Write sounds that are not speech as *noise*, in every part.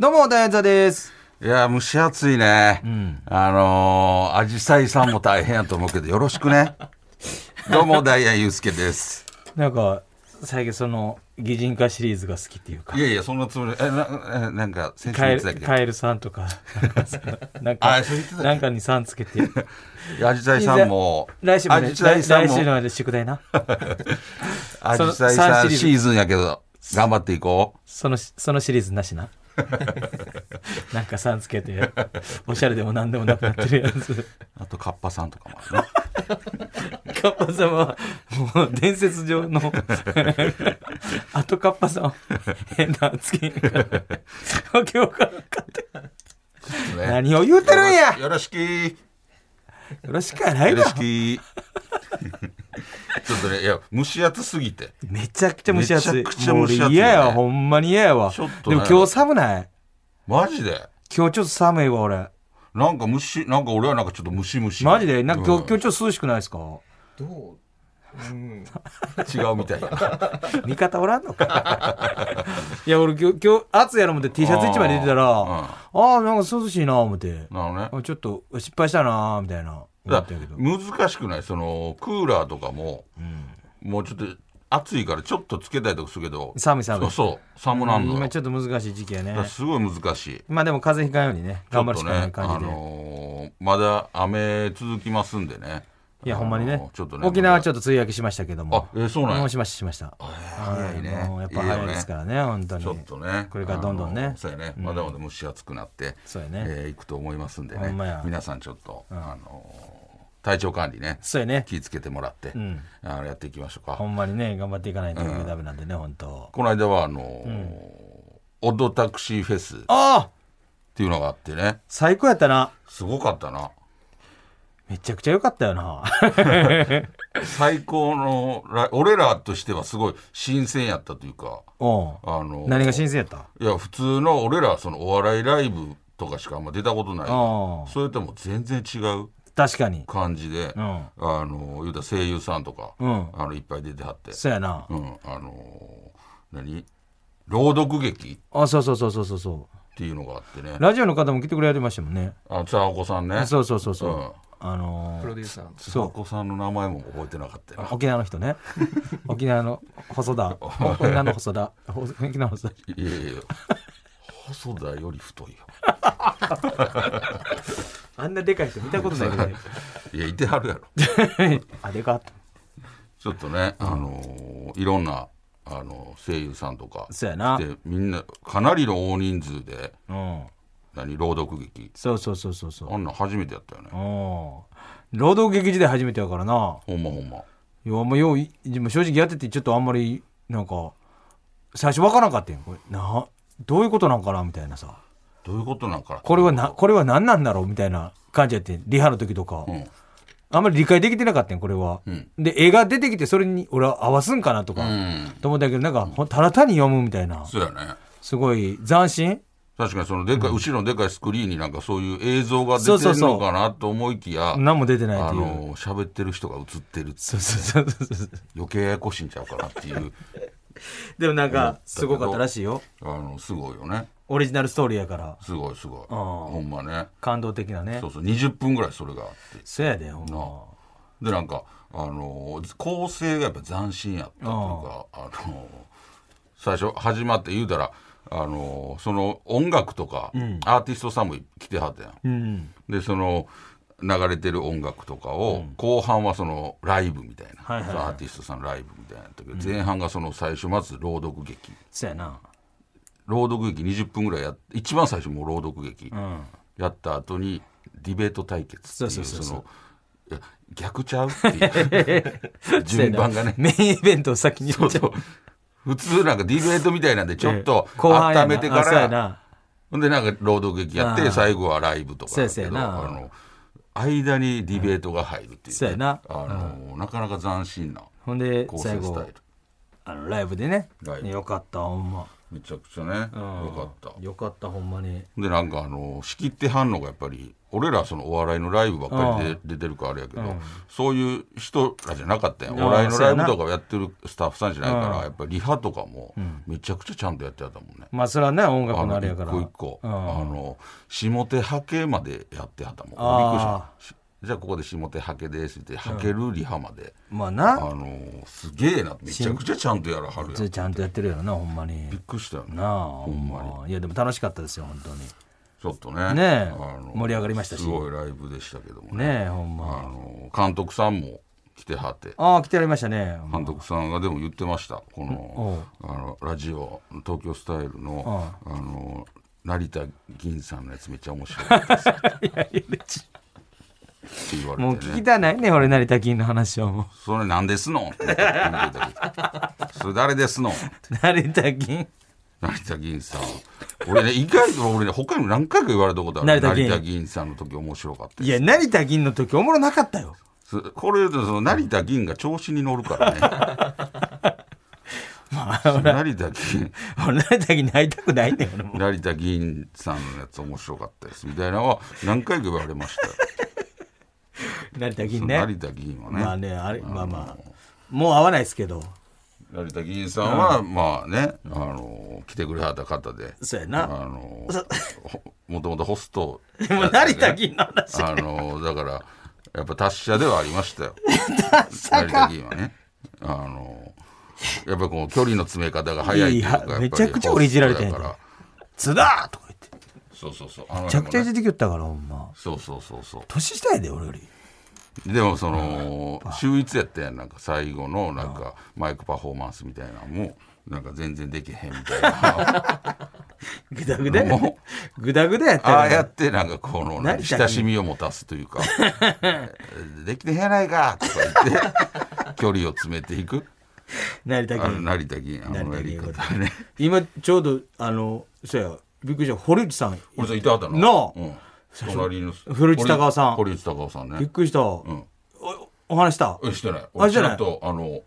どうも、ダイアンザです。いや、蒸し暑いね。あのー、アジサイさんも大変やと思うけど、よろしく *laughs* ね。どうも、ダイヤユウスケです。なんか、最近その、擬人化シリーズが好きっていうか *laughs* い、やいや、そんなつもり、え、な、えなんか、先週カ言エってたルけカエルさんとか、なんあかそう言ってた、ねなんかにさんつけて、ど、アジサイさんも、来週まアで、ジサ来イさん来週も、の宿題な。アジサイそのさ三シリーんズシーズンやけど、頑張っていこその、そのシリーズなし *laughs* な。なんかさんつけて、おしゃれでもなんでもなくなってるやつ。う。あと、カッパさんとかもあるね。カッパさんは、もう伝説上 *laughs* の、あとカッパさんは、変なつ *laughs* けんから、わけわからんかった。何を言うてるんやよろしきよろしくやないよろわし。き *laughs* ちょっとね、いや、蒸し暑すぎて。めちゃくちゃ蒸し暑い。めちゃくちゃ蒸し暑いねもう俺嫌やわ、ほんまに嫌やわ。ちょっとでねも今日寒ないマジで今日ちょっと寒いわ、俺。なんか蒸し、なんか俺はなんかちょっとムシムシ。マジでなんか今日、うん今日ちょっと涼しくないですかどう、うん、違うみた *laughs* いやな。味方おらんのか *laughs* いや、俺今日、今日、暑いやろ思って T シャツ一枚出てたら、うんああ、なんか涼しいな、思って。なるほどね。あちょっと失敗したな、みたいな。思だったけど。難しくないそのクーラーとかも、もうちょっと暑いからちょっとつけたりとかするけど寒い寒いそうそう寒なんのよ今だちょっと難しい時期やねから。すごい難しいまあでも風邪ひかんようにね、ちょ頑張っるしとかなねいあ感じで。のーまだ雨続きますんでねいや、ほんまにあねのーちょっとね沖縄はちょょっっと梅雨明けしましたけども。あえーそうなんやもうしました、しました。早いねはもうやっぱ早いですからね、本当に。ちょっとねこれからどんどんあのねー。そうやねまだまだ蒸し暑くなってそうやねえーいくと思いますんでほんまねや皆さんちょっとあのー体調管理ねそうやね。気ぃつけてもらってんあのやっていきましょうかほんまにね、頑張っていかないとダメなんでね、本当。この間はあのーオッドタクシーフェスっああていうのがあってね最高やったな。すごかったなめちゃくちゃ良かったよな。 *laughs* 最高のライ俺らとしてはすごい新鮮やったというかうん。あのー何が新鮮やったいや普通の俺らはそのお笑いライブとかしかあんま出たことないああそれとも全然違う確かに。感じで、うんあのー言うたら声優さんとか、うんあのいっぱい出てはって、そうやなう。ん、あのー何朗読劇あ、そうそうそうそうそうそう。っていうのがあってねラジオの方も来てくれてましたもんね。あちゃおこさんねそうそうそうそう。うんあのプローデューサーのつばこさんの名前も覚えてなかったよな沖縄の人 *laughs* ね。沖縄の細 *laughs* 田。沖縄の細田。 *laughs* ほ沖縄の細田。いやいやいや細田より太いよあんなでかい人見たことないけいやいてはるや *laughs* ろど。あ、でかっちょっとね、あのーいろんな、あのー声優さんとかそうやなでみんなかなりの大人数でた。うん。何朗読劇そうそうそうそうそう。あんなん初めてやったよねうん。労働劇時代初めてやからな。ほんまほんまいや、もうよう、いでも正直やってて、ちょっとあんまり、なんか、最初わからんかったよ。これな、どういうことなんかなみたいなさ。どういうことなんかなこれはな、これは何なんだろうみたいな感じやってん、リハの時とか。うんあんまり理解できてなかったんこれは。うんで、絵が出てきて、それに俺は合わすんかなとか、うんと思ったけど、なんか、ほんただ単に読むみたいな。そうやねすごい、斬新確かにそのでかい、後ろのでかいスクリーンになんかそういう映像が出そうてそうるそうのかなと思いきや何も出てないっあていう。のー喋ってる人が映ってるそうそうそうそうそう。余計ややこしいんちゃうかなっていう *laughs* でもなんか、すごかったらしいよ。あのすごいよねオリジナルストーリーやから、すごいすごいほんまね感動的なねそ。うそう20分ぐらいそれがあってそやで、ほんま。でなんか、あのー構成がやっぱ斬新やったというか、あのー最初始まって言うたら、あのーその音楽とか、アーティストさんも来てはったやん。うん。でその流れてる音楽とかを、後半はそのライブみたいな、はいはいはいそのアーティストさんのライブみたいなやったけど、前半がその最初まず朗読劇そやな。朗読劇20分ぐらいやっ一番最初もう朗読劇やった後にディベート対決っていそううそうそうそそうのいや逆ちゃうって *laughs* いう順番がねメインイベントを先にそ言っうちゃそう普通なんかディベートみたいなんでちょっと *laughs* 後半やな温めてかあそうやらなほんでなんか朗読劇やっあてー最後はライブとかだけそうやどそうやなあの間にディベートが入るっていうね、そうやなあのなかなか斬新なほんで構最成スタ後イルあのライブでねライブよかったほんまめちゃくちゃねよかったよかったほんまにでなんかあの仕切ってはんのがやっぱり俺らそのお笑いのライブばっかりで出てるからあれやけど、そういう人らじゃなかったやんあーお笑いのライそブうやなとかをやってるスタッフさんじゃないからやっぱりリハとかもめちゃくちゃちゃんとやってやったもんね、まあそれはね音楽あののあれや一から個一個、うんあの下手はけまでやってはったもんあーびっくりしたしじゃあここで下手はけですってはけるリハまで、まああなのすげえなめちゃくちゃちゃんとやらはるやんそびれちゃんとやってるやろなほんまにっくりしたよねなあほんんまにまいやでも楽しかったですよ本当にちょっとねねえあの盛り上がりましたしすごいライブでしたけどもねねえほんまあの監督さんも来てはってああ来てやりましたねほんま監督さんがでも言ってましたこおうのあのラジオ東京スタイルのあの成田銀さんのやつめっちゃ面白かったですっていやい *laughs* や別に言われて、ね、もう聞きたないね俺成田金の話をもそれ何ですのんって言ってたけどそれ誰ですのんう成田金成田銀さん俺ね意外と俺ね他にも何回か言われたことあ成る田議成員田銀さんの時面白かったいでやす成田金の時おもろなかったよすこれ言うとその成田銀が調子に乗るからね *laughs* 成田銀俺成田金に会いたくないねん俺も成田議員さんのやつ面白かったですみたいなのは何回か言われ *laughs* ましたよ成田そ金のね成田議員はね,、まあねあれまあまあもう会わないですけど成田議員さんはまあね、あの来てくれはった方で、そうやなあのほもともとホストでも成田銀の *laughs* 話あのだからやっぱ達者ではありまし *laughs* たよ成田議員はねあのやっぱこう距離の詰め方が早いっていうかいややっぱりめちゃくちゃ俺いじられてんやホんストだから津田とか言ってそうそうそうあのめちゃくちゃいじってきよったからほんまそうそうそうそう年下やで俺よりでもその秀逸やったやんなんか最後のなんかマイクパフォーマンスみたいなのもなんか全然できへんみたい *laughs* なグダグダやもグダグダやったああよやってなんかこの成田君親しみを持たすというか *laughs* 「できてへんやないか」とか言って *laughs* 距離を詰めていく成田あの君成田議員あのやり方ね今ちょうどあのそうやびっくりした堀内さん俺さんいたはったななあうん隣の古市隆夫さん堀内隆夫さんびっねくりした、んおお話したえしてないあ俺してちないらっとあの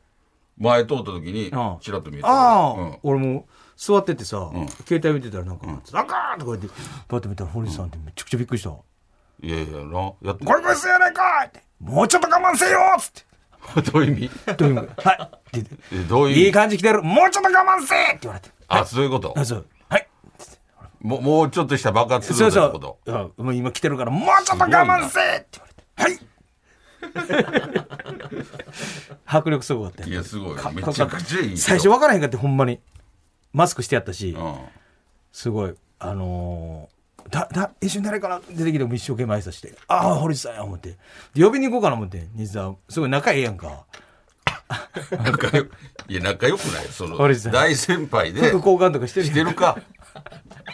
前通った時にああちらっと見えたああ、うん俺も座っててさ、ん携帯見てたらなんか「ザカーン!」とか言ってパッと見たら堀内さんってめちゃくちゃびっくりした「いやいやなやってこれこれすやないか!」って「もうちょっと我慢せよ!」っつって *laughs* どういう意味どういう意味はい」ってえど言うっいうて「意い味い感じ来てるもうちょっと我慢せ!」って言われて「あ、そういうことあ。そうはいももうちょっとした爆発すそるうってそこうと。うんもう今来てるからもうちょっと我慢せ!」って言われて「はい!」迫力すごかったよいや、すごい。めちゃくちゃいいよ。最初分からへんかってほんまにマスクしてやったし、うん。すごいあのーだだ一緒に誰から出てきても一生懸命挨拶して「ああ堀内さんや」思ってで呼びに行こうかな思って西田すごい仲ええやんか仲良くいや、仲良くないその堀内さ、ん大先輩で、副交換とかしてるしてるか。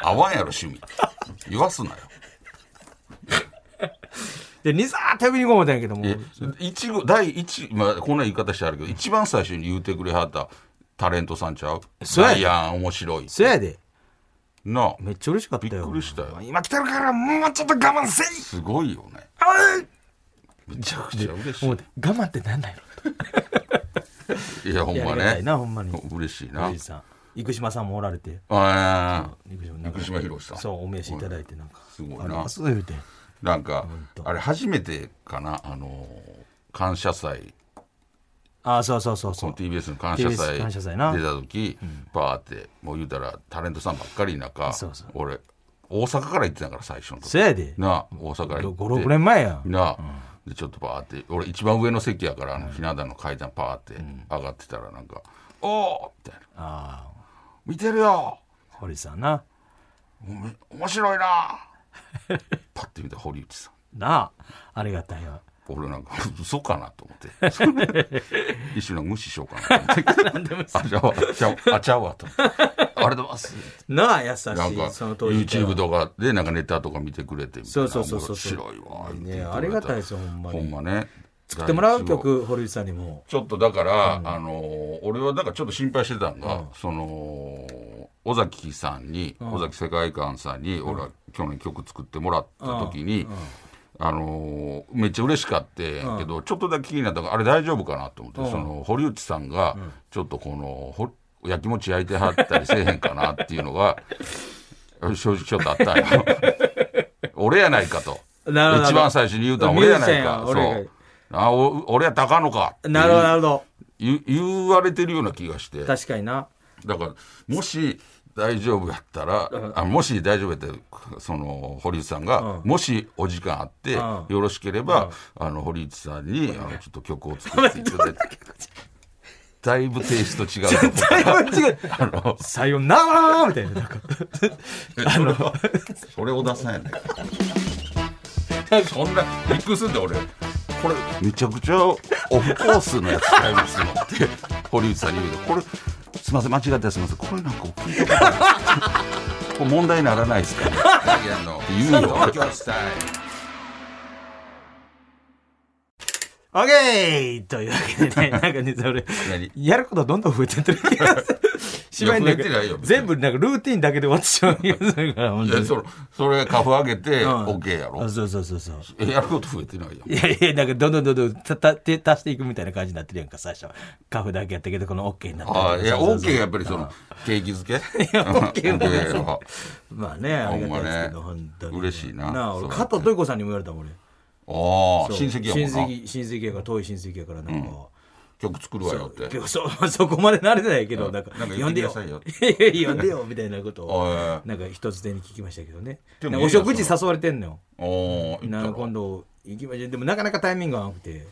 合わんやろ、趣味。言わすなよ。で西田って呼びに行こう思ったんやけどもえ、一号、第一、まあ、こんな言い方してあるけど、一番最初に言うてくれはったタレントさんちゃうそうやダイアン、面白い。そやでなあめっちゃ嬉しかったよびっくりしたよ今来てるからもうちょっと我慢せいすごいよね。おいめちゃくちゃ嬉し思って我慢ってなんないのい。いや、ほんやまりがたいね。なほんまに嬉しいな堀内。さん生島さんもおられてああ。生島なんか生島博さん。そうお名刺いただいてなんかすごいなあります言うてなんか当あれ初めてかなあの感謝祭ああそうそうそうそそうの TBS の感謝 TBS 祭感謝祭な出た時バーってもう言うたらタレントさんばっかりの中そうそう俺大阪から行ってたから最初の時そやでな大阪から行って56年前やんなでちょっとバーって俺一番上の席やからあのひな壇の階段パーって上がってたらなんか「おお!」みたいなああ「見てるよ堀内さんなおめ面白 *laughs* いな!」パッて見たら堀内さんなあありがたいよ俺なんか嘘かなと思って *laughs* 一瞬なんか無視しようかなと思ってなんでもあちゃうわちゃうあちゃうわと思ってありがとうございますなあ優しいなんかその当時 YouTube とかでなんかネタとか見てくれてみたいなそうそうそうそう面白いわ言ってねありがたいですよほんまほんにまね作ってもらう曲堀内さんにもちょっとだから、あのー俺はだからちょっと心配してたんが、その尾崎さんに、尾崎世界観さんに、俺は去年曲作ってもらった時に、あのーめっちゃ嬉しかってんけど、ちょっとだけ気になったからあれ大丈夫かなと思って、その堀内さんが、ちょっとこのほ焼きもち焼いてはったりせえへんかなっていうの *laughs* が正直ちょっとあったんよ *laughs* 俺やないかとなるほど一番最初に言うたの俺やないかミュージシャンや俺がそうあお俺やったらあかんのかっていうなるほど、なるほど。言言われてるような気がして確かにな。 *laughs* だからもし大丈夫やったら、あもし大丈夫やったらその堀内さんが、もしお時間あって、うよろしければ、あの堀内さんに、あのちょっと曲を作ってい *laughs* ただいてだいぶテイスト違うと *laughs* だいぶ違う。あのさよならみたいな。なんかそれはそれを出さんやねんそんなびっくりすんで俺これめちゃくちゃオフコースのやつ買いますのって堀内さんに言うけどこれすみません間違ってたらすみませんこれなんか聞いたことないこれ問題にならないですか、ね、言うよオッケーというわけでね、なんかね、それ何、やることどんどん増えてってる気がする。芝居の中いや増えてないよ別に全部なんかルーティンだけで終わってしまう気がするから、本い当やに。それそれカフ上げてうん OK やろあそうそうそうそう。えやること増えてないやんいやいや、なんかどんどんどんどんたた手足していくみたいな感じになってるやんか、最初。カフだけやったけど、この OK になったりとあかあいやそうそうそ OK うがやっぱりそのケーキ漬けいや OK は別にはまあね、ありがたいですけど、ほんまね本当に。嬉しいななあ、そ俺、う加藤豊子さんにも言われたもん、俺。ああそう親戚やもんな親戚、親戚やから、遠い親戚やから、なんか。曲作るわよってでもそ *laughs* そこまで慣れてないけど、うんなんか、なんか呼んでよ。呼んでく *laughs* いやいや呼んでよ、みたいなことおいおいを、なんか一つ手に聞きましたけどね。でなもんかお食事誘われてんのよ。おーなんか今度、行きましょう。でもなかなかタイミングがなくて、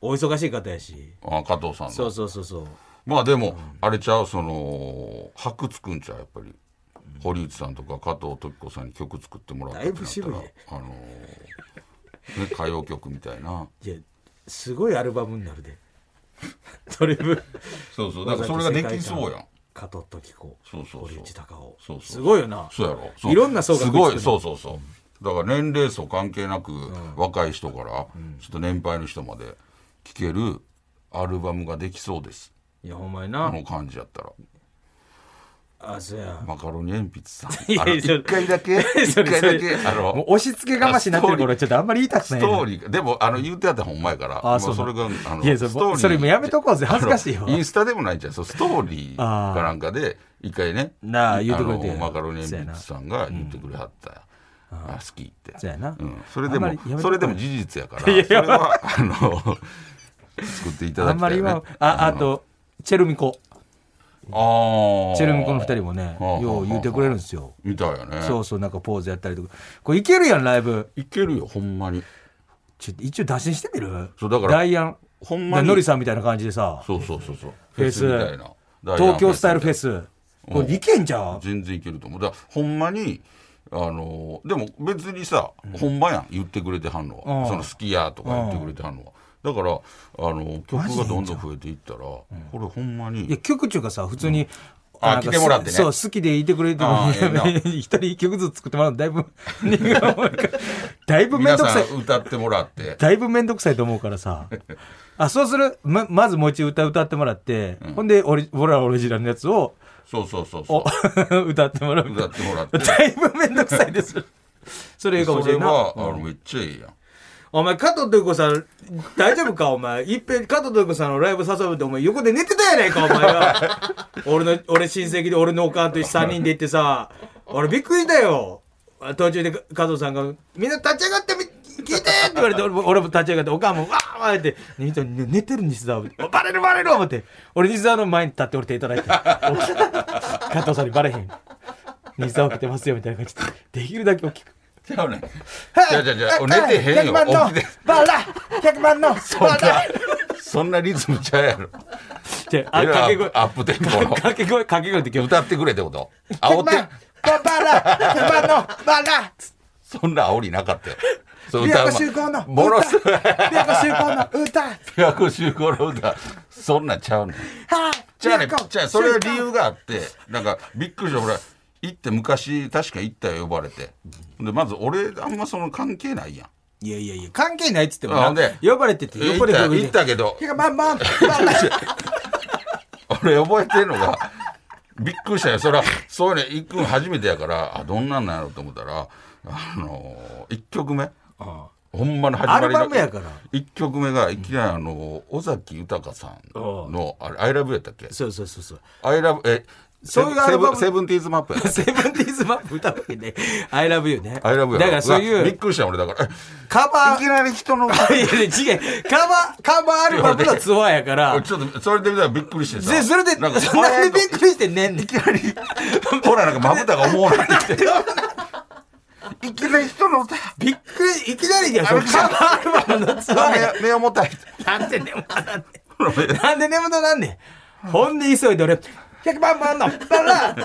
お忙しい方やし。あ加藤さんのそうそうそうそう。まあでも、あれちゃうその白つくんちゃうやっぱり堀内さんとか加藤時子さんに曲作ってもらったってなったらだいぶ渋いねあのーね、歌謡曲みたいないや、すごいアルバムになるで。 *laughs* ドリブ。そうそうだからそれができそうやん加藤時子。そうそうそう堀内隆夫。そうそうそうすごいよな。そうやろそういろんな層がす食いつくごねいそうそうそうだから年齢層関係なく、若い人からちょっと年配の人まで聴けるアルバムができそうですいや、ほんまにこな。の感じやったらあ、そうや。マカロニ鉛筆さん *laughs* いやあのいやそれ一回だけ一それ回だけそれあのもう押し付けがましになってる頃、ちょっとあんまり言いたくなスいな。トーリーがでもあの言うてあったらほんまやからあもうそうそなれのがあのいやそれストーリーそれもやめとこうぜ恥ずかしいわあのインスタでもないんじゃんそうストーリーあーかなんかで一回ねなあ言うてくれてあのマカロニ鉛筆さんが言ってくれはったやあ好きってそうやなうん、それであんまもりやめとこうそれでも事実やからそいやれはあの *laughs* 作っていたあだんきまたりい、ね今、、あ、あと、チェルミコ。ああチェルミコの二人もね、はあはあはあよう言うてくれるんですよ。みたいよねそうそう、なんかポーズやったりとか。これいけるやん、ライブ。いけるよほんまにちょっと一応打診してみるそうだからダイアン。ほんだかまらにノリさんみたいな感じでさ、そうそうそうそうフェスみたいな東京スタイルフェスス。これいけんじゃん。全然いけると思うだからほんまにあのでも別にさ、ほんまやん言ってくれてはんのは、うんその好きやとか言ってくれてはんのは、だからあの曲がどんどん増えていったらこれほんまいや、に曲中がさ、普通に。あなんか来てもらってねそう、好きでいてくれてもあ、ーええな *laughs* 一人一曲ずつ作ってもらうの、だいぶ、 *laughs* だいぶめん皆どくささい。ん歌ってもらってだいぶめんどくさいと思うからさ。あ、そうする。ま、まずもう一度歌歌ってもらって、ほんで、オリ、俺らオリジナルのやつを、そうそうそうお *laughs* そ歌ってもらううみた歌いってもらってな。だいぶめんどくさい *laughs* です。それいいかもそしれれんなは、あのめっちゃいいやんお前、加藤豊子さん、大丈夫かお前。いっぺん、加藤豊子さんのライブ誘うって、お前、横で寝てたやないか、お前は。俺の、俺親戚で、俺のおかんと一緒3人で行ってさ、俺びっくりだよ。途中で加藤さんが、みんな立ち上がってみ、聞いてって言われて、俺も俺も立ち上がって、おかんも、わーわーって、ねね寝てる西沢。バレるバレる思って。俺西沢の前に立って俺手いただいて。 *laughs* 加藤さんにバレへん。西沢起きてますよ、みたいな感じで。できるだけ大きく。じゃあねじゃあじゃあじゃあ寝てへんよ起きてバラ100万 *laughs* のバラそんなリズムちゃうやろじゃあ、あ掛け声。アップテンポの掛け声、掛け声って今日。歌ってくれってこと煽ってバラ100万のバラそんな煽りなかったよ *laughs* そう琵琶湖う集合のまものすごい琵琶湖集合の歌琵琶湖集合の歌そんなんちゃうねんじゃあねじゃあそれは理由があってなんかびっくりした俺行って昔確か行ったよ呼ばれてでまず俺あんまその関係ないやんいやいやいや、関係ないっつってもあほなんで、呼ばれてて、行呼ばっれたて行ったけど100万万バラ俺覚えてんのがびっくりしたよそらそういうの一君初めてやからあどんなんなんやろうと思ったらあの1曲目あほんまの始まアりのルバムやから1曲目がいきなりあの尾崎豊さんの「あれアイラブやったっけそうそうそうそうアイラブえそういうアルバムセブンセブンティーズマッ *laughs* プやったセブンティーズマップ歌うわけね「I love you ね」アイラブやだからそうわいびっうくりした俺だからえカバいーきなり *laughs* 人のいやいや違うカバーカバーアルバムのツアーやからちょっとそれで見たらびっくりしてさでそれでなんかそんなにびっくりしてんねんねんほらなんかまぶたが思わな *laughs* くていきなり人の歌びっくりいきなりやそのカバーアルバムのツアーや目目重たいなんで眠たなんねん。なんで眠たなんねん。ほんで急いで俺、100万万の、バラびっ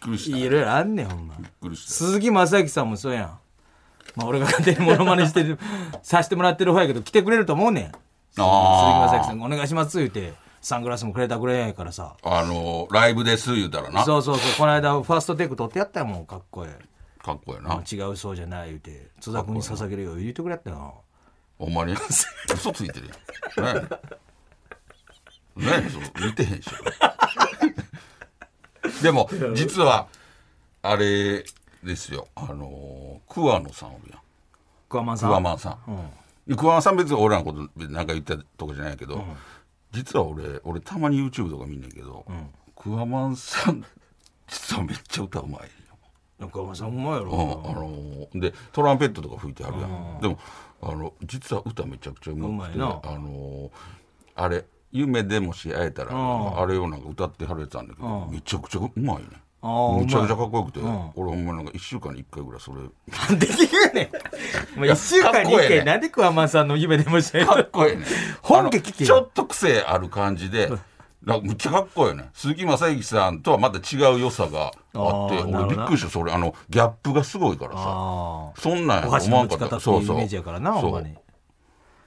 くりしたびっいろいろあんねん、ほんま。くりした鈴木正幸さんもそうやん。まあ俺が勝手にモノマネしてる、さしてもらってる方やけど、来てくれると思うねん。鈴木あー正幸さんがお願いします言うて、サングラスもくれたぐらいやからさ。あのライブです言うたらなかっそうそうそう、この間ファーストテイク撮ってやったよ、もうかっこええ。こええな違うそうじゃない言うて、津田君に捧げるよ、言うてくれやったよ。ほんまに嘘ついてるやんねえねえそう見てへんしょでも実はあれですよあの桑野さんおるやんクワマンさん。桑マンさん、桑マンさん別に俺らのことなんか言ったとかじゃないけど、実は俺俺たまに YouTube とか見んねんけど、桑マンさん実はめっちゃ歌うまいよクワマンさん、うまいやうんろ。あのーでトランペットとか吹いてあるやん、でもあの実は歌めちゃくちゃうまくてうまいなあのーあれ「夢でもし会えたら」んあれをなんか歌ってはれてたんだけど、めちゃくちゃうまいねあーめちゃくちゃうかっこよくて、ん俺ほんまなんか1週間に1回ぐらいそれなんで言うねん。もう一週間に一かっこええ回、ねなんでクワマンさんの夢でもしたかよっ。こええね本家聞けあの *laughs* ちょよ。っと癖ある感じでなんかむっちゃかっこいいよね鈴木雅之さんとはまた違う良さがあってあーなるほどな俺びっくりしたそれあのギャップがすごいからさああ。そんなんやおと箸思わのん打ちかった方っていうイメージやからな、そうほんまに。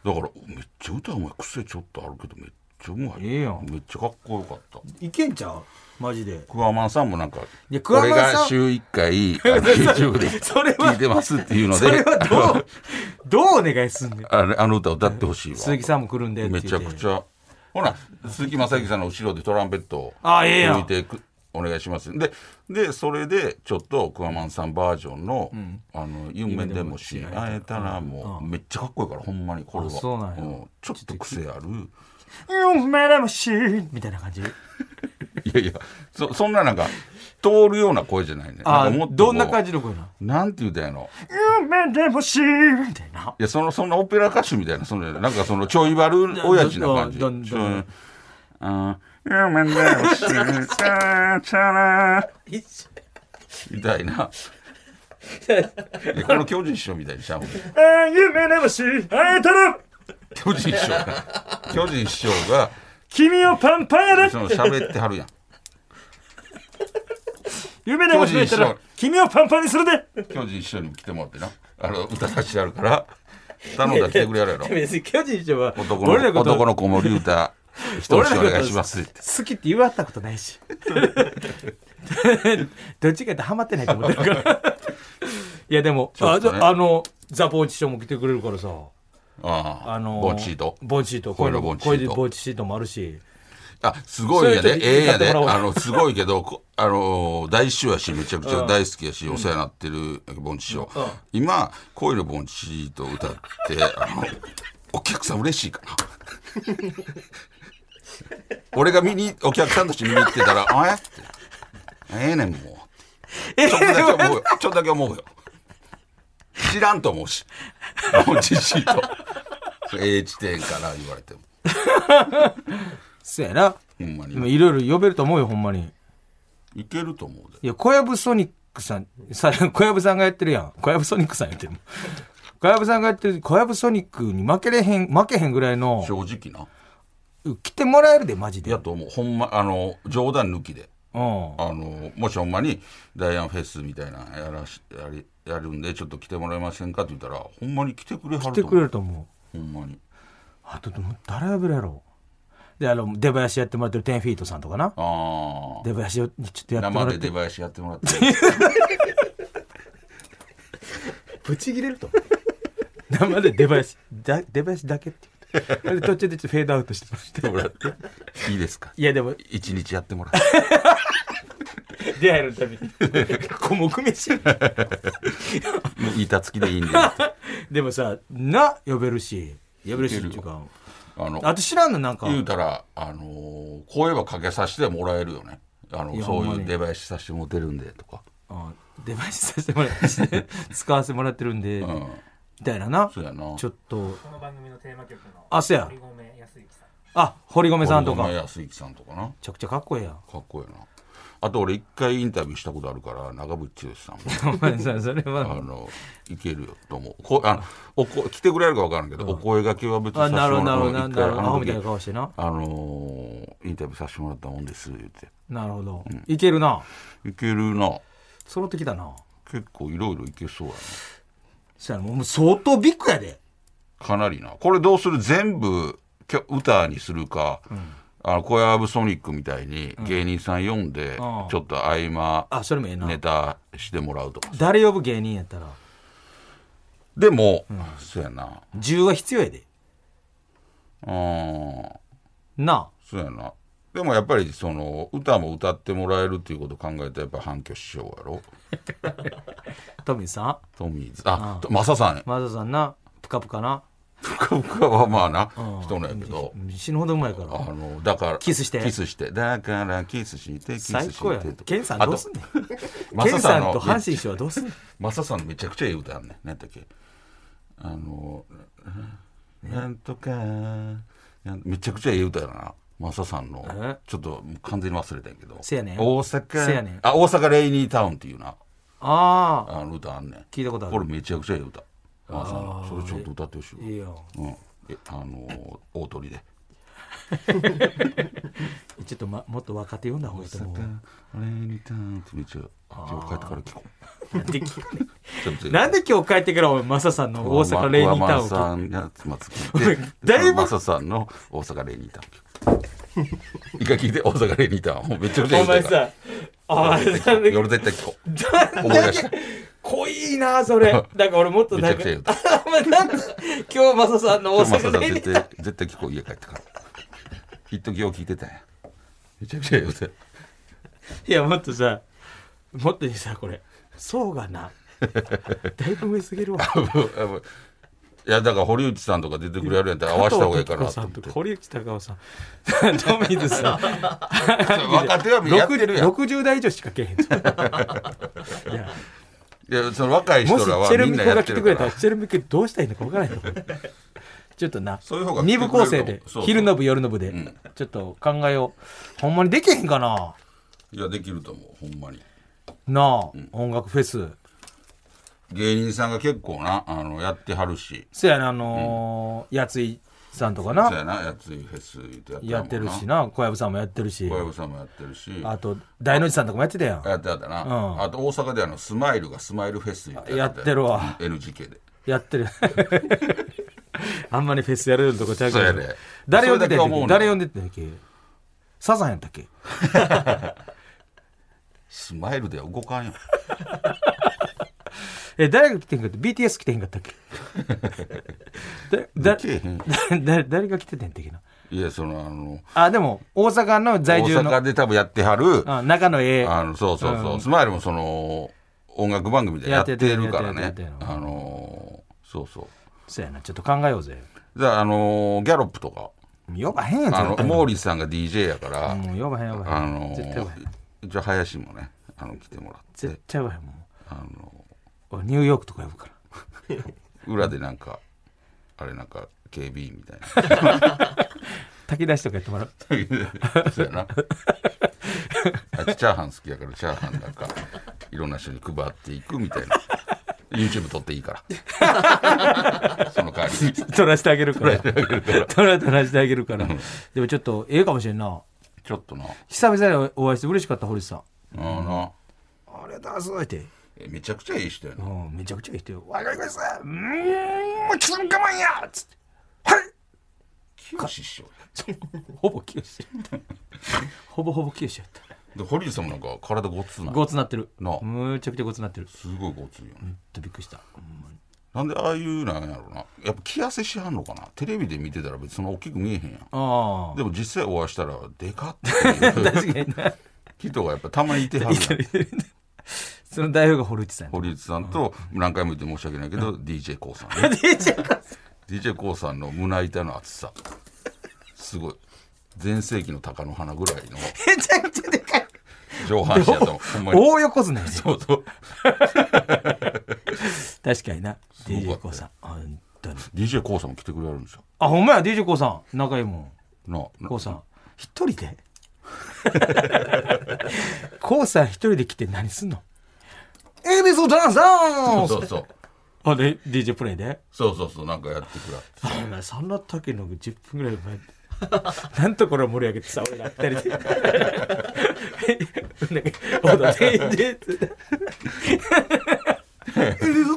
だからめっちゃ歌うまい癖ちょっとあるけどめっちゃうまいええやんめっちゃかっこよかったいけんちゃうマジで。クワマンさんもなんかいやクワマ俺ンさんが週1回 *laughs* あの YouTube でそれは聞いてますっていうのそれではどう、 *laughs* どうお願いすんねん。 *laughs* あれあの歌歌ってほしいわ鈴木さんも来るんでって言めって。ちゃくちゃほら鈴木雅之さんの後ろでトランペットをあええやん吹いてくお願いしますででそれでちょっとクワマンさんバージョンの「あの夢でもし会えたら」もうめっちゃかっこいいからほんまにこれはあそうなんやんちょっと癖ある夢でもし、みたいな感じ。いやいやそそんななんか通るような声じゃないねああ、どんな感じじの声なのなんて言うたんやろ夢でもし、みたいな。 *laughs* いやそのそんなオペラ歌手みたいなそのなんかそのちょいバル親父な感じどんどんどんちょいあー夢でもし会えたら一緒みたいな。いやこの巨人師匠みたいにしちゃうもんあ夢でもし、会えたら、巨人師匠が、巨人師匠が、君をパンパンやでその喋ってはるやん。夢でもし会えたら、君をパンパンにするで巨人師匠にも来てもらってな。あの、歌出してあるから、頼んだら来てくれやるやろ。別に巨人師匠は男俺らののこ男との子 *laughs* も竜太、一押しお願いしますって。好きって言われたことないし *laughs* どっちかってハマってないと思ってるから *laughs* いやでも、ょあっとねあのザ・ボーチ師匠も来てくれるからさああ、あのボンチート。ボンチートこれのこういうボンチこートういうボンチシートもあるしあ、すごいんやそれ、ちょっでとええんやで。言ってもらあおうの、すごいけど、こあのー、大師匠やし、めちゃくちゃ大好きやし、お世話になってる盆地師匠。今、恋の盆地と歌って、あの、お客さん嬉しいかな。 *laughs* 俺が見に、お客さんとして見に行ってたら、あえって。ええねん、もう。ちょっとだけ思 *laughs* うよ。ちょっとだけ思うよ。知らんと思うし。盆地師 *laughs* 匠。ええ地点から言われても。そうやなほんま今に。いろいろ呼べると思うよほんまにいけると思うで。いや小籔ソニックさんさ小籔さんがやってるやん小籔ソニックさんやってる小籔さんがやってる小籔ソニックに負けれへん負けへんぐらいの正直な。来てもらえるでマジいでやと思う。ほんま、あの、冗談抜きで。うんあの、もしほんまに、ダイアンフェスみたいなのやらし、やり、やるんで、ちょっと来てもらえませんかって言ったら、ほんまに来てくれはると思う。来てくれると思うほんまに。あと、誰呼べるやろで、あの、出囃子やってもらってる10フィートさんとかな。あ出囃子をちょっとやあ。ってもらっ生てで出。囃子やってもらって。 *laughs* ぶち切れると。生で出囃子、だ出囃子だけって言って。で途中でちょっとフェードアウトしてましたてもらっていいですかいやでも一日やってもらって出会えるた *laughs* びに小目飯もう板付きでいいんで *laughs* でもさな呼べるし呼べるしいけるよ時間あのあと知らんのなんか言うたら、あのー声はかけさせてもらえるよねあのいやそほうんいまうに出囃子させてもらってるんでとか、あデバイスさせてもらって使わせてもらってるんで、うん、みたいななそうやなちょっとこの番組のテーマ曲のあそうや堀米康之さんあ堀米さんとか堀米め康之さんとかなちゃくちゃかっこええやんかっこいいなあと俺一回インタビューしたことあるから長渕剛さ *laughs* んもお前さそれあはのいけるよと思うこあのおこ来てくれるか分からんけど、お声がけは別にさあせてなるほどもなるらうほどなるほどアホみたいな顔してなあのーインタビューさせてもらったもんです言ってなるほど、いけるないけるな揃ってきたな結構いろいろいけそうやなそやなもう相当ビッグやでかなりなこれどうする全部きょ歌にするか、あの小籔ソニックみたいに芸人さん読んで、ああちょっと合間あそれもええな、ネタしてもらうとか誰呼ぶ芸人やったらでも、そうやな10は必要やでうんなそうやなでもやっぱりその歌も歌ってもらえるっていうことを考えたらやっぱ反響しようやろあトミーさトミーズあとマ *laughs* サさんんマザさんなプカプカなふかふかはまあなうん人なんやけど死ぬほどうまいかあらのだからキスしてキスしてだからキスしてキスして最高やとケンさんどうすんねんあとマケサンささんのんと阪神師匠はどうすんねんマサさんのめちゃくちゃいい歌あんねん何やったっけあのなんとかなんめちゃくちゃいい歌やなマサさんのえちょっともう完全に忘れたんやけどせやねん大阪せやねんあ大阪レイニータウンっていうなああの歌あんねん聞いたことあるこれめちゃくちゃいい歌マサさんのそれちょっと歌ってほしいわあいいようんえあの大鳥でちょっと、ま、もっと若手読んだ方がいいと思うレイニータウンってめっちゃあ今日帰ってから聞こうなんで聞くねちょっとんなんで今日帰ってからお前マサさんの大阪レイニータウンを聞くンを聞いてだいぶマサさんの大阪レイニータウン一回聞いて大阪レイニータウンもうめちゃくちゃいおい前歌やからさあれだね夜絶対聞こう思い出した濃いなそれだから俺もっとなんかめちゃくちゃお前なんで今日マサさんのマ大サさん阪レイニー絶対絶対聞こう家帰ってから一時よう聞いてたんやめちゃくちゃいい歌いやもっとさもっとにさこれそうがなだいぶ上すぎるわいやだから堀内さんとか出てくれるやったら合わせた方がいいかなと加思っ藤時子さんとて堀内孝雄さん *laughs* トミーズさん *laughs* 若手はみんなやってるやん60代以上しかけえへんぞ *laughs* いやいやその若い人もしチらはェルみんミなコやがって来てるくかれたららチェルミコどうしたらいいのか分からないのちょっとなそういう方が来て二くれ部る構成でそうそう昼の部夜の部で、ちょっと考えをほんまにできへんかないやできると思うほんまになあ、音楽フェス芸人さんが結構なあのやってはるしそやなあのーやついさんとかそうなやなやついフェス言うてややってたもるんしな小籔さんもやってるし小籔さんもやってるしあと大の字さんとかもやってたやんやってはったな、うんあと大阪であのスマイルがスマイルフェス言うやってるわうん NGK でやってる *laughs* あんまりフェスやれるとこちゃうけそどうやで誰呼んでたそれだけん思やうねっけ誰呼んでたんやっけサザンやったっけスマイルでは動 *laughs* かんよえ誰が来てんかって BTS 来てへんかったっ *laughs* けだだ来てへん *laughs* だ誰が来ててんてけないやそのあのあでも大阪の在大住の阪で多分やってはるうん仲のええあのそうそうそう、うんスマイルもその音楽番組でややっっててるるからやねってるやってるあのーそうそそうやなちょっと考えようぜうじゃあ、あのーギャロップとか呼ばへんやんあ絶の対モーリーさんが DJ やから、うん呼ばへん呼ばへん、あの絶対呼ばへんーじゃあ林もねあの来てもらって絶対呼ばへんもんあの俺ニューヨークとか呼ぶから裏でなんかあれなんか警備員みたい炊き出しとかやってもらうな *laughs* そうやなあいつチャーハン好きやからチャーハンなんかいろんな人に配っていくみたいな YouTube 撮っていいから *laughs* その代わりに取らしてあげるから取ら取らしてあげるからでもちょっとええかもしれんなちょっとな久々にお会いして嬉しかった堀内さんあのなあれだぞってえめちゃくちゃいい人やなうんめちゃくちゃいい人よわかりましたうーんもうちょっと我慢やつってはい清志師匠やほぼ清志ほぼほぼ清志やったで堀内さんもなんか体ごっつないごつなってるなあむちゃくちゃごつなってるすごいごっついよねちょっとびっくりしたほんまになんでああいうなんやろなやっぱ着痩せしはんのかなテレビで見てたら別にそんな大きく見えへんやんああでも実際お会いしたらでかって *laughs* いう確かにな人がやっぱたまにいてはるやんその代表が堀内さん堀内さんと何回も言って申し訳ないけど d j k o さん *laughs* ね DJ d j k o さんの胸板の厚さすごい全盛期の鷹の花ぐらいのめちゃくちゃでかい上半身や *laughs* とほんまに大横綱やねそうそう確かになご DJ かったコウさん本当に d j k o さんも来てくれるんですよあほんまや DJ コウさん仲いいもんなあなコウさん一人 *laughs* でコウさん一人で来て何すんのエビソダンサンスそうそうあで DJ プレイでそうそうそうなんかやってくれお前そんな時の10分ぐらい前なんとこれを盛り上げてさ俺ら二人で *laughs* なんかオーダーででで *laughs*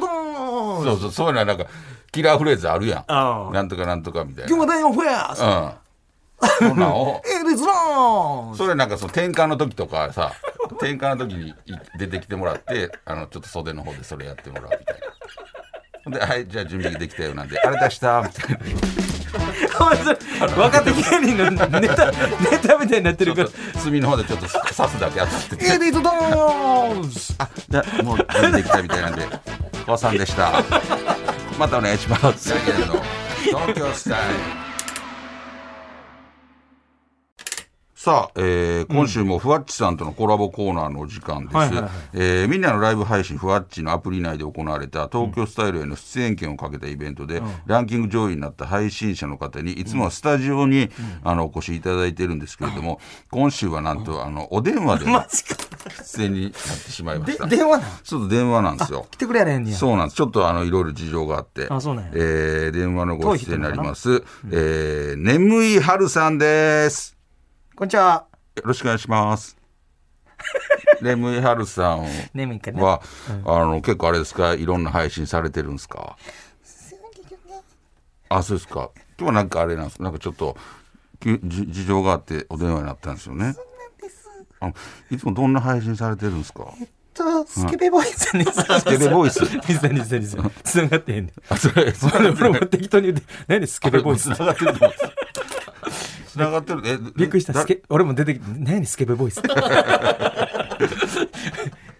そうそうそういうのはなんかキラーフレーズあるやああんなんとかなんとかみたいな今日もフェアスうんそんなんをエビソダンそれなんかその転換の時とかさ転換の時にい出てきてもらってあのちょっと袖の方でそれやってもらうみたいな。ほんではいじゃあ準備できたよなんであれ出したみたいな若手芸人のネタネタみたいになってちょるっかとら隅の方でちょっと刺すだけ当たっててエビソダンスあだもう準備できたみたいなんでおばさんでしたまたお願いしますせーの東京スタイルさあ、えー今週もふわっちさんとのコラボコーナーの時間です、はいはいはいえーみんなのライブ配信ふわっちのアプリ内で行われた東京スタイルへの出演権をかけたイベントで、ランキング上位になった配信者の方にいつもはスタジオに、あのお越しいただいているんですけれども、今週はなんと、あのお電 *laughs* 話での出演になってしまいましたで電話なんちょっと電話なんですよ。来てくれやれへんねやそうなんです。ちょっとあの、いろいろ事情があって。あそうなんやえー、電話のご出演になります。えー、眠い春さんです。こんにちはよろしくお願い *laughs* します。眠い春さんねみんかねは、あの、結構あれですか、いろんな配信されてるんですかあ、そうですか。今日はなんかあれなんですなんかちょっと、きじ事情があってお電話になったんですよね。あのいつもどんな配信されてるんですかとスケベボイスねスケベボ *laughs* イス水谷水谷水谷つながってへんねんあ、それ、そそれ俺も適当に言って何でスケベボイス繋がってると思う。 *laughs* 繋がってる。え、びっくりしただスケ俺も出てきて何スケベボイス *laughs*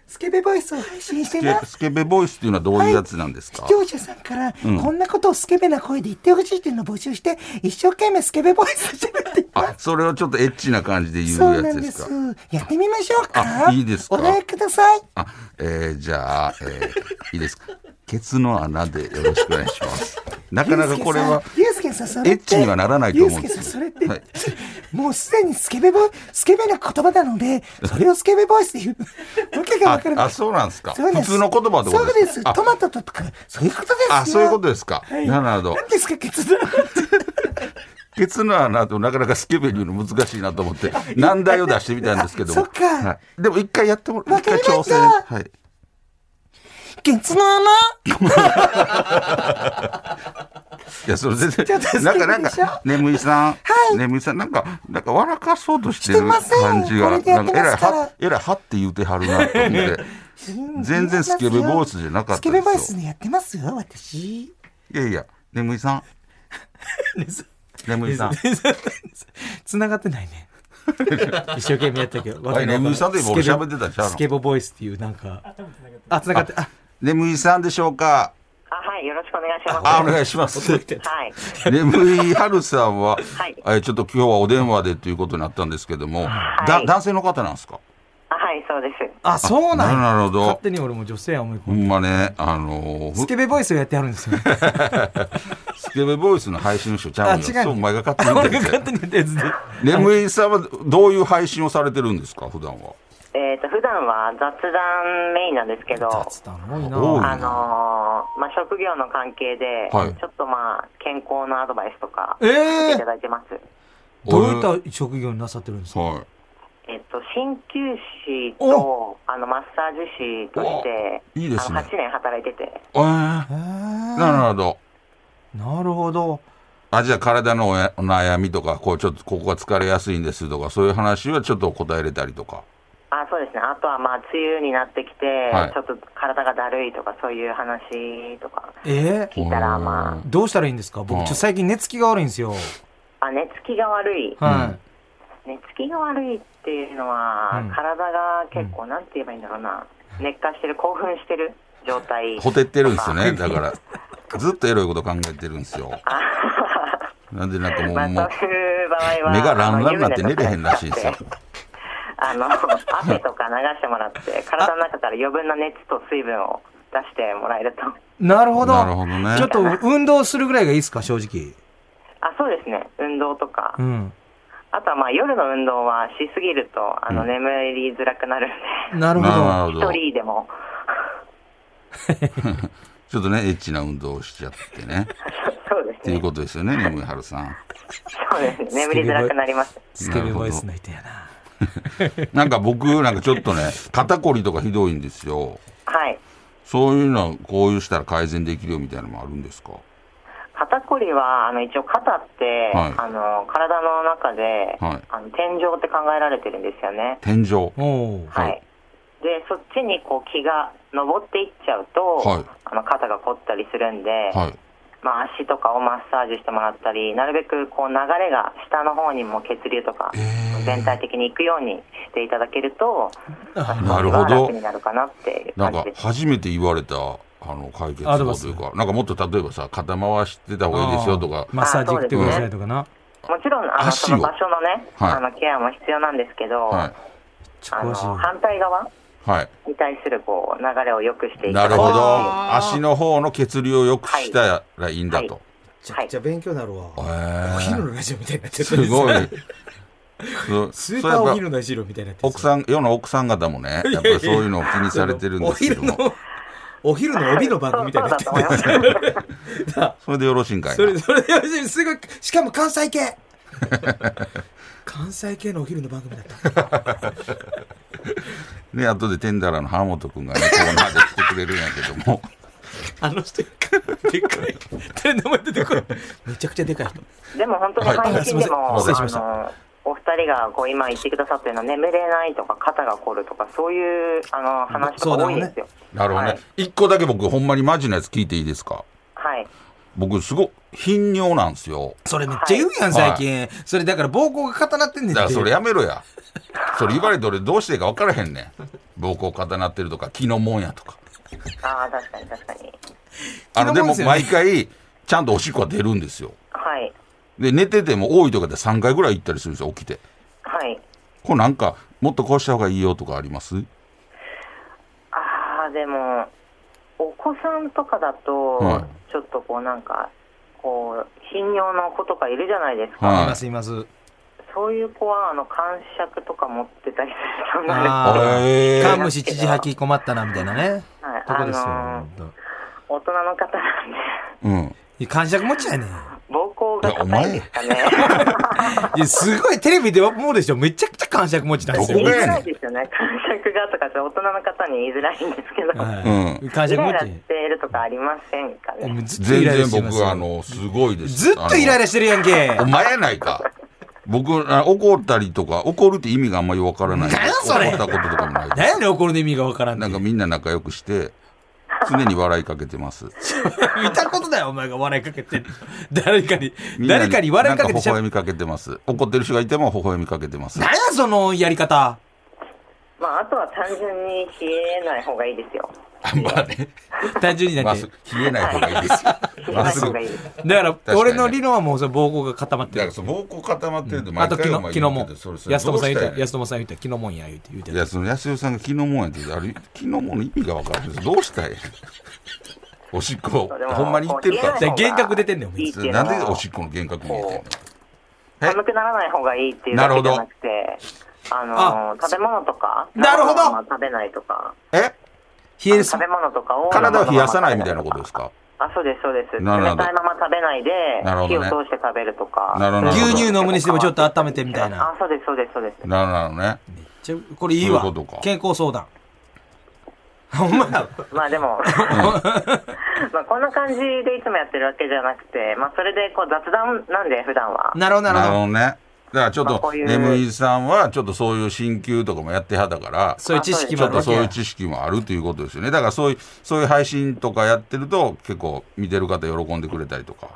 スケベボイスを配信してスケスケベボイスっていうのはどういうやつなんですか、視聴者さんから、こんなことをスケベな声で言ってほしいっていうのを募集して、一生懸命スケベボイスしてるって。あ、それをちょっとエッチな感じで言そううなやつんでですすか。やってみましょうか。あいいですかお題ください。あ、えー、じゃあ、えー、いいですか。ケツの穴でよろしくお願いし *laughs* ます。なかなかこれは、ユースケさん、ユースケさんそれってエッチにはならないと思うんユでーすスけケどさん、それって、はいもうすでにスケベボイ、スケベな言葉なので、それをスケベボイスで言う。わけがわあから、ない。あ、そうなんですか。そうで普す通の言葉ってことそうでですす。かトマトとか、そういうことですよ。ああ、そういうことですか。はいなるほど。何ですか、決断。ケツの穴となかなかスケベに言うの難しいなと思って、難題を出してみたんですけども。そっかはい、でも一回やってもらわかりました一回挑戦。はい。ケツの穴いや、それ全ちょ然っと好、きなんか、なんでしょか、眠いさん、はい眠いさん、なんか、なんか、笑かそうとしてるしてません感じが、これでやなっんてか、えらい、ますからは、えらい、はって言うてはるなと思 *laughs* って、全然スケベボイスじゃなかったですよスケベボイスでやってますよ、私。いやいや、眠いさん、眠いさん、つながってないね *laughs* 一生懸命やった *laughs* けどはい眠いさんと今俺喋ってたんちゃうのスケボボイスっていうなんか多分繋がってあつながってあ眠いさんでしょうかあ、はい、よろしくお願いします。あ、お願いします。はい。眠いはるさんは、はいえちょっと今日はお電話でということになったんですけども、だ男性の方なんですかあ、はい、そうです。あそうなんやなるほど勝手に俺も女性や思い込ほんでんまね、あのースケベボイスをやってはるん *laughs* ですよスケベボイスの配信者ちゃうんよ。あ違うねそうお前が勝手に言う俺てがる勝手にやったやつで眠いさんはどういう配信をされてるんですか普段はえっ、と、普段は雑談メインなんですけど、雑談多いな多いあのーまあ、職業の関係で、はいちょっとまあ、健康のアドバイスとか、えいえただいてます。どういった職業になさってるんですかはえっ、と、鍼灸師おと、あの、マッサージ師として、おいいですねあの8年働いてて、いえええーなるほどなるほどあじゃあ体のおや *laughs* お悩みとかこうちょっとここが疲れやすいんですとかそういう話はちょっと答えれたりとかあそうですね、あとはまあ梅雨になってきて、はいちょっと体がだるいとか、そういう話とかえ聞いたら、まどうしたらいいんですか僕、ちょっと最近寝つきが悪いんですよ。あ、あ寝つきが悪い、は寝つきが悪いっていうのは、うん体が結構、なんて言えばいいんだろうな、熱化してる、興奮してる状態、ほてってるんですよね。だ *laughs* から、ずっとエロいこと考えてるんですよ。なんでなんかもう、まあ、もうそういう場合は、目がランランになってあの寝れへんらしいですよ。あの汗とか流してもらって、体の中から余分な熱と水分を出してもらえると、い。なるほど。なるほどねちょっと運動するぐらいがいいですか、正直。あそうですね、運動とか、うん。あとはまあ夜の運動はしすぎると、あの眠りづらくなるんで、なるほなど。るほ一ど。人でも、 *laughs* ちょっとね、エッチな運動をしちゃってね。そうでっすていうね、ことですよね、眠い春さん。そうですね眠りづらくなります。スケベボイスの人やな。なんか僕、なんかちょっとね、肩こりとかひどいんですよ。はいそういうのはこういうしたら改善できるよみたいなのもあるんですか肩こりはあの一応肩って、はいあの体の中で、はいあの天井って考えられてるんですよね。天井。おーはい、でそっちにこう気が上っていっちゃうと、はいあの肩が凝ったりするんで、はい。まあ、足とかをマッサージしてもらったりなるべくこう流れが下の方にも血流とかえー全体的に行くようにしていただけると、なるほまあ楽どに。なるかなっていうな感んじかです。初めて言われたあの解決アドバ法イスというか、なんかもっと例えばさ、肩回してた方がいいですよとかあー、マッサージ行ってくださいとかな。もちろんあの足そをの場所のね、はいあのケアも必要なんですけど、はちょっあと詳のしい。反対側い。はい。に対するこう流れを良くしていなただるくほはど。足の方の血流を良くしたらいいんだと。ちゃくちゃ勉強になるわ。おへー昼のラジオみたいになっちゃってするごい。そスそーうパやーっおぱ昼のラジオみたいになってる奥さん、世の奥さん方もね、やっぱりそういうのを気にされてるんですけどお昼も、の、お昼の帯の番組みたいになってるんですよ。それでよろしいんかいそなれ、それですごい、しかも関西系関西系のお昼の番組だった。ね、後でテンダラーの浜本君がね、コーナーで来てくれるんやけども、あの人、でっか *laughs* い。誰の名前出てこない。めちゃくちゃでかい人。いでも本当に配信でも、はいあすいません失礼あしのましたお二人がこう今言ってくださってるのは眠れないとか肩が凝るとかそういうあの話とか多いですよ。なるほどはねい。一個だけ僕、ほんまにマジなやつ聞いていいですかはい僕、すご、頻尿なんですよ。それめっちゃ言うやん、最近。それだから膀胱が固なってんねんだてからそれやめろや。それ言われて俺どうしていいか分からへんねん。膀胱固なってるとか、気のもんやとか。ああ確かに確かにあの、気でのもんでもすよね毎回、ちゃんとおしっこは出るんですよ。はいで、寝てても多いとかで3回ぐらい行ったりするんですよ、起きて。はい。これなんか、もっとこうした方がいいよとかありますああでもお子さんとかだと、はちょっとこうなんかこう頻尿の子とかいるじゃないですか、いはまい。す、います。そういう子はあの感触とか持ってたりするとあなんですへカームシ、チジハキ困ったな、みたいなね。けど、はい、とこあですよ。の本当ー大人の方なんでうん。いや感触持ちやねん。膀胱が硬いんですかねいや、すごいテレビで思うでしょ。めちゃくちゃ感触持ちなんですお言前いどよ。こづらいですよね感触がとかって大人の方に言いづらいんですけど、はいうん感イ触ラ持イラしち。てるとかありませんかねずっと全イライラ然してます僕、あよ。の、すごいです。ずっとイライラしてるやんけあの。。お前やないか。僕、あ怒ったりとか、怒るって意味があんまりわからない。何やそれ怒ったこととかもないです何やねん、怒るの意味がわからんなねんん。かみんな仲良くして、常に笑いかけてます。 *laughs* 見たことだよ、お前が笑いかけて。誰かに、みんな誰かに笑いかけてなんしゃべ微笑みかけてます。怒ってる人がいても微笑みかけてます。何や、そのやり方。まああとは単純に冷えない方がいいですよまあね。単純にまだあ、ってす。冷えない方がいいですよ。 *laughs* 冷えまなっいすぐ。だ方がかいいですだから、かにね俺の理論はもうその膀胱が固まってらる。その膀胱固まってるとあと、昨お日、昨前日も言うけどそれ、それ安友さん言どっ、うしたらいい安友さん言った、昨日もんや言うて、言うていや、その安代さんが昨日もんやって言うとあれ、昨日もんの意味がわからないです。どうしたいおしっこ、でもほんまに言ってるからこう冷えない方が幻覚出てんねんお前いいっていうのなはんでおしっこの幻覚見えてんのえ寒くならない方がいいっていうだけじゃなくて、あの食べ物とか、なるほど生のまま食べないとか、え冷えるす食。べ物とかを体を冷やさないみたいなことですかあ、そうです、そうです。冷なるほどたいまま食べないでなる、ほ火どをね通して食べるとか。なるほどなるほど牛乳飲むにしてもちょっと温めてみたいな。あ、そうです、そうです、そうです。なるほどね。ちょこれいいわそういうことか。健康相談。 *laughs* ほんまや。まあ *laughs* でも、まあこんな感じでいつもやってるわけじゃなくて、まあそれでこう雑談なんで、普段は。 *laughs* なるほど、ななるるほほど。どね。だからちょっ、まあことういう ME さんは、ちょっとそういう進級とかもやってはったから、そういう知識ちもょあっるとわそうけいうや。知識もあるということですよね。だからそういう、そういう配信とかやってると、結構見てる方喜んでくれたりとか。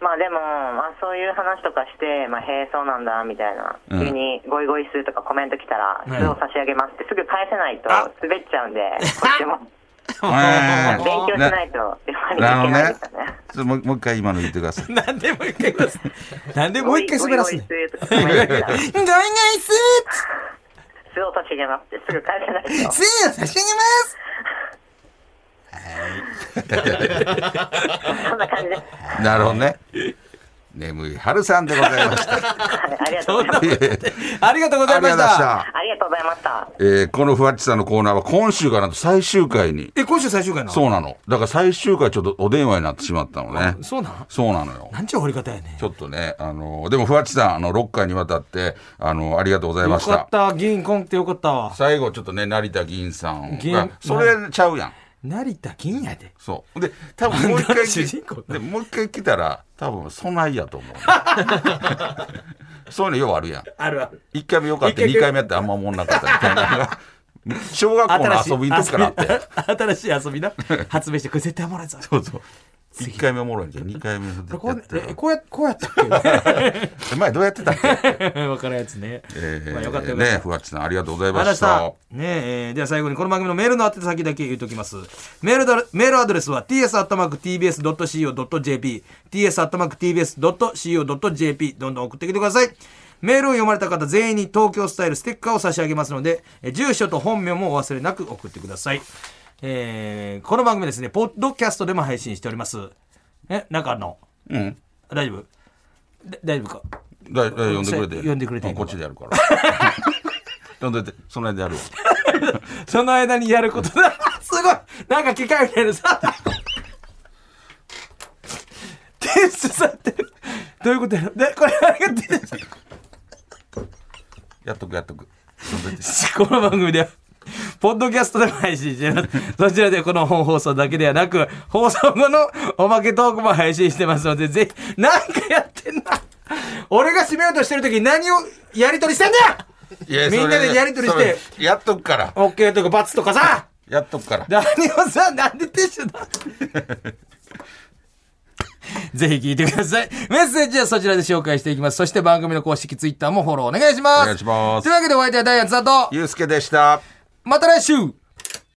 まあでも、まあ、そういう話とかして、まあ、へえ、そうなんだみたいな、うん急にゴイゴイするとかコメント来たら、うんそれを差し上げますって、すぐ返せないと滑っちゃうんで、こっちもえ *laughs* 勉え強しないと、やっぱりいけないですよね。ちょっともうもう一回今の言ってください。何でも一回言います。何でももう一回滑らすねゴイゴイするとかコメント来た *laughs* ら、どんないすそれを差し上げますって、すぐ返せないと。つゆを差し上げますそんな感じです。 *laughs* なるほどね。眠い春さんでございました。はい *laughs* ありがとうございます。ありがとうござあいまりがとうございし。ましたた。ありがとうございました。えーこのふわっちさんのコーナーは今週がなんと最終回に。え、今週最終回なのそうなの。だから最終回ちょっとお電話になってしまったのね。そうなんそうなのよ。なんちゅう掘り方やねんちょっとね、あのーでもふわっちさん、あの、6回にわたって、あのーありがとうございまよしかたっ。た。議員来んってよかったわ。最後ちょっとね、成田議員さん議が員、それちゃうやん。成田金やで。そう。で、多分もう一回主人公来、でもう一回来たら、多分備えやと思う。そういうのようあるやん。あるある。一回目よかった、二回目やってあんまおもんなかったみたいなのが。小学校の遊びの時から *laughs* あって。新しい遊びな。発明して、これ絶対おもらえぞ。そうそう。一回目おもろいんじゃん、二回目でこやうっ、えて。こうや、こうやったっけ前どうやってたっけ *laughs* わからんやつね。えまあーよかったよかったね、ふわっちさんありがとうございあまりがとうございましたた。。しねえーでは最後にこの番組のメールの宛先だけ言っときます。メールだメールアドレスは ts.tbs.co.jp、ts.tbs.co.jp、どんどん送ってきてください。メールを読まれた方全員に東京スタイルステッカーを差し上げますので、えー住所と本名もお忘れなく送ってください。えーこの番組ですね、ポッドキャストでも配信しております。え、中の、うん。大丈夫だ大丈夫かだだ呼んでくれて。呼んでくれてあこっちでやるから。 *laughs* 呼んでて、その間でやるわ。その間にやることだ。 *laughs* すごいなんか機械みたいなさ。テストさって、どういうことやろで、これあれがテスやっとくやっとく。呼んでてこの番組では、ポッドキャストでも配信しています。そちらでこの本放送だけではなく、放送後のおまけトークも配信してますので、ぜひ、なんかやってんな。俺が締めようとしてる時に何をやりとりしてんだよいやみんなでやりとりして。それやっとくから。 !OK とか罰とかさやっとくから。何をさ、なんでティッシュだ *laughs* ぜひ聞いてください。メッセージはそちらで紹介していきます。そして番組の公式ツイッターもフォローお願いします。お願いしますというわけでお相手はダイアンツだと、ゆうすけでした。また来週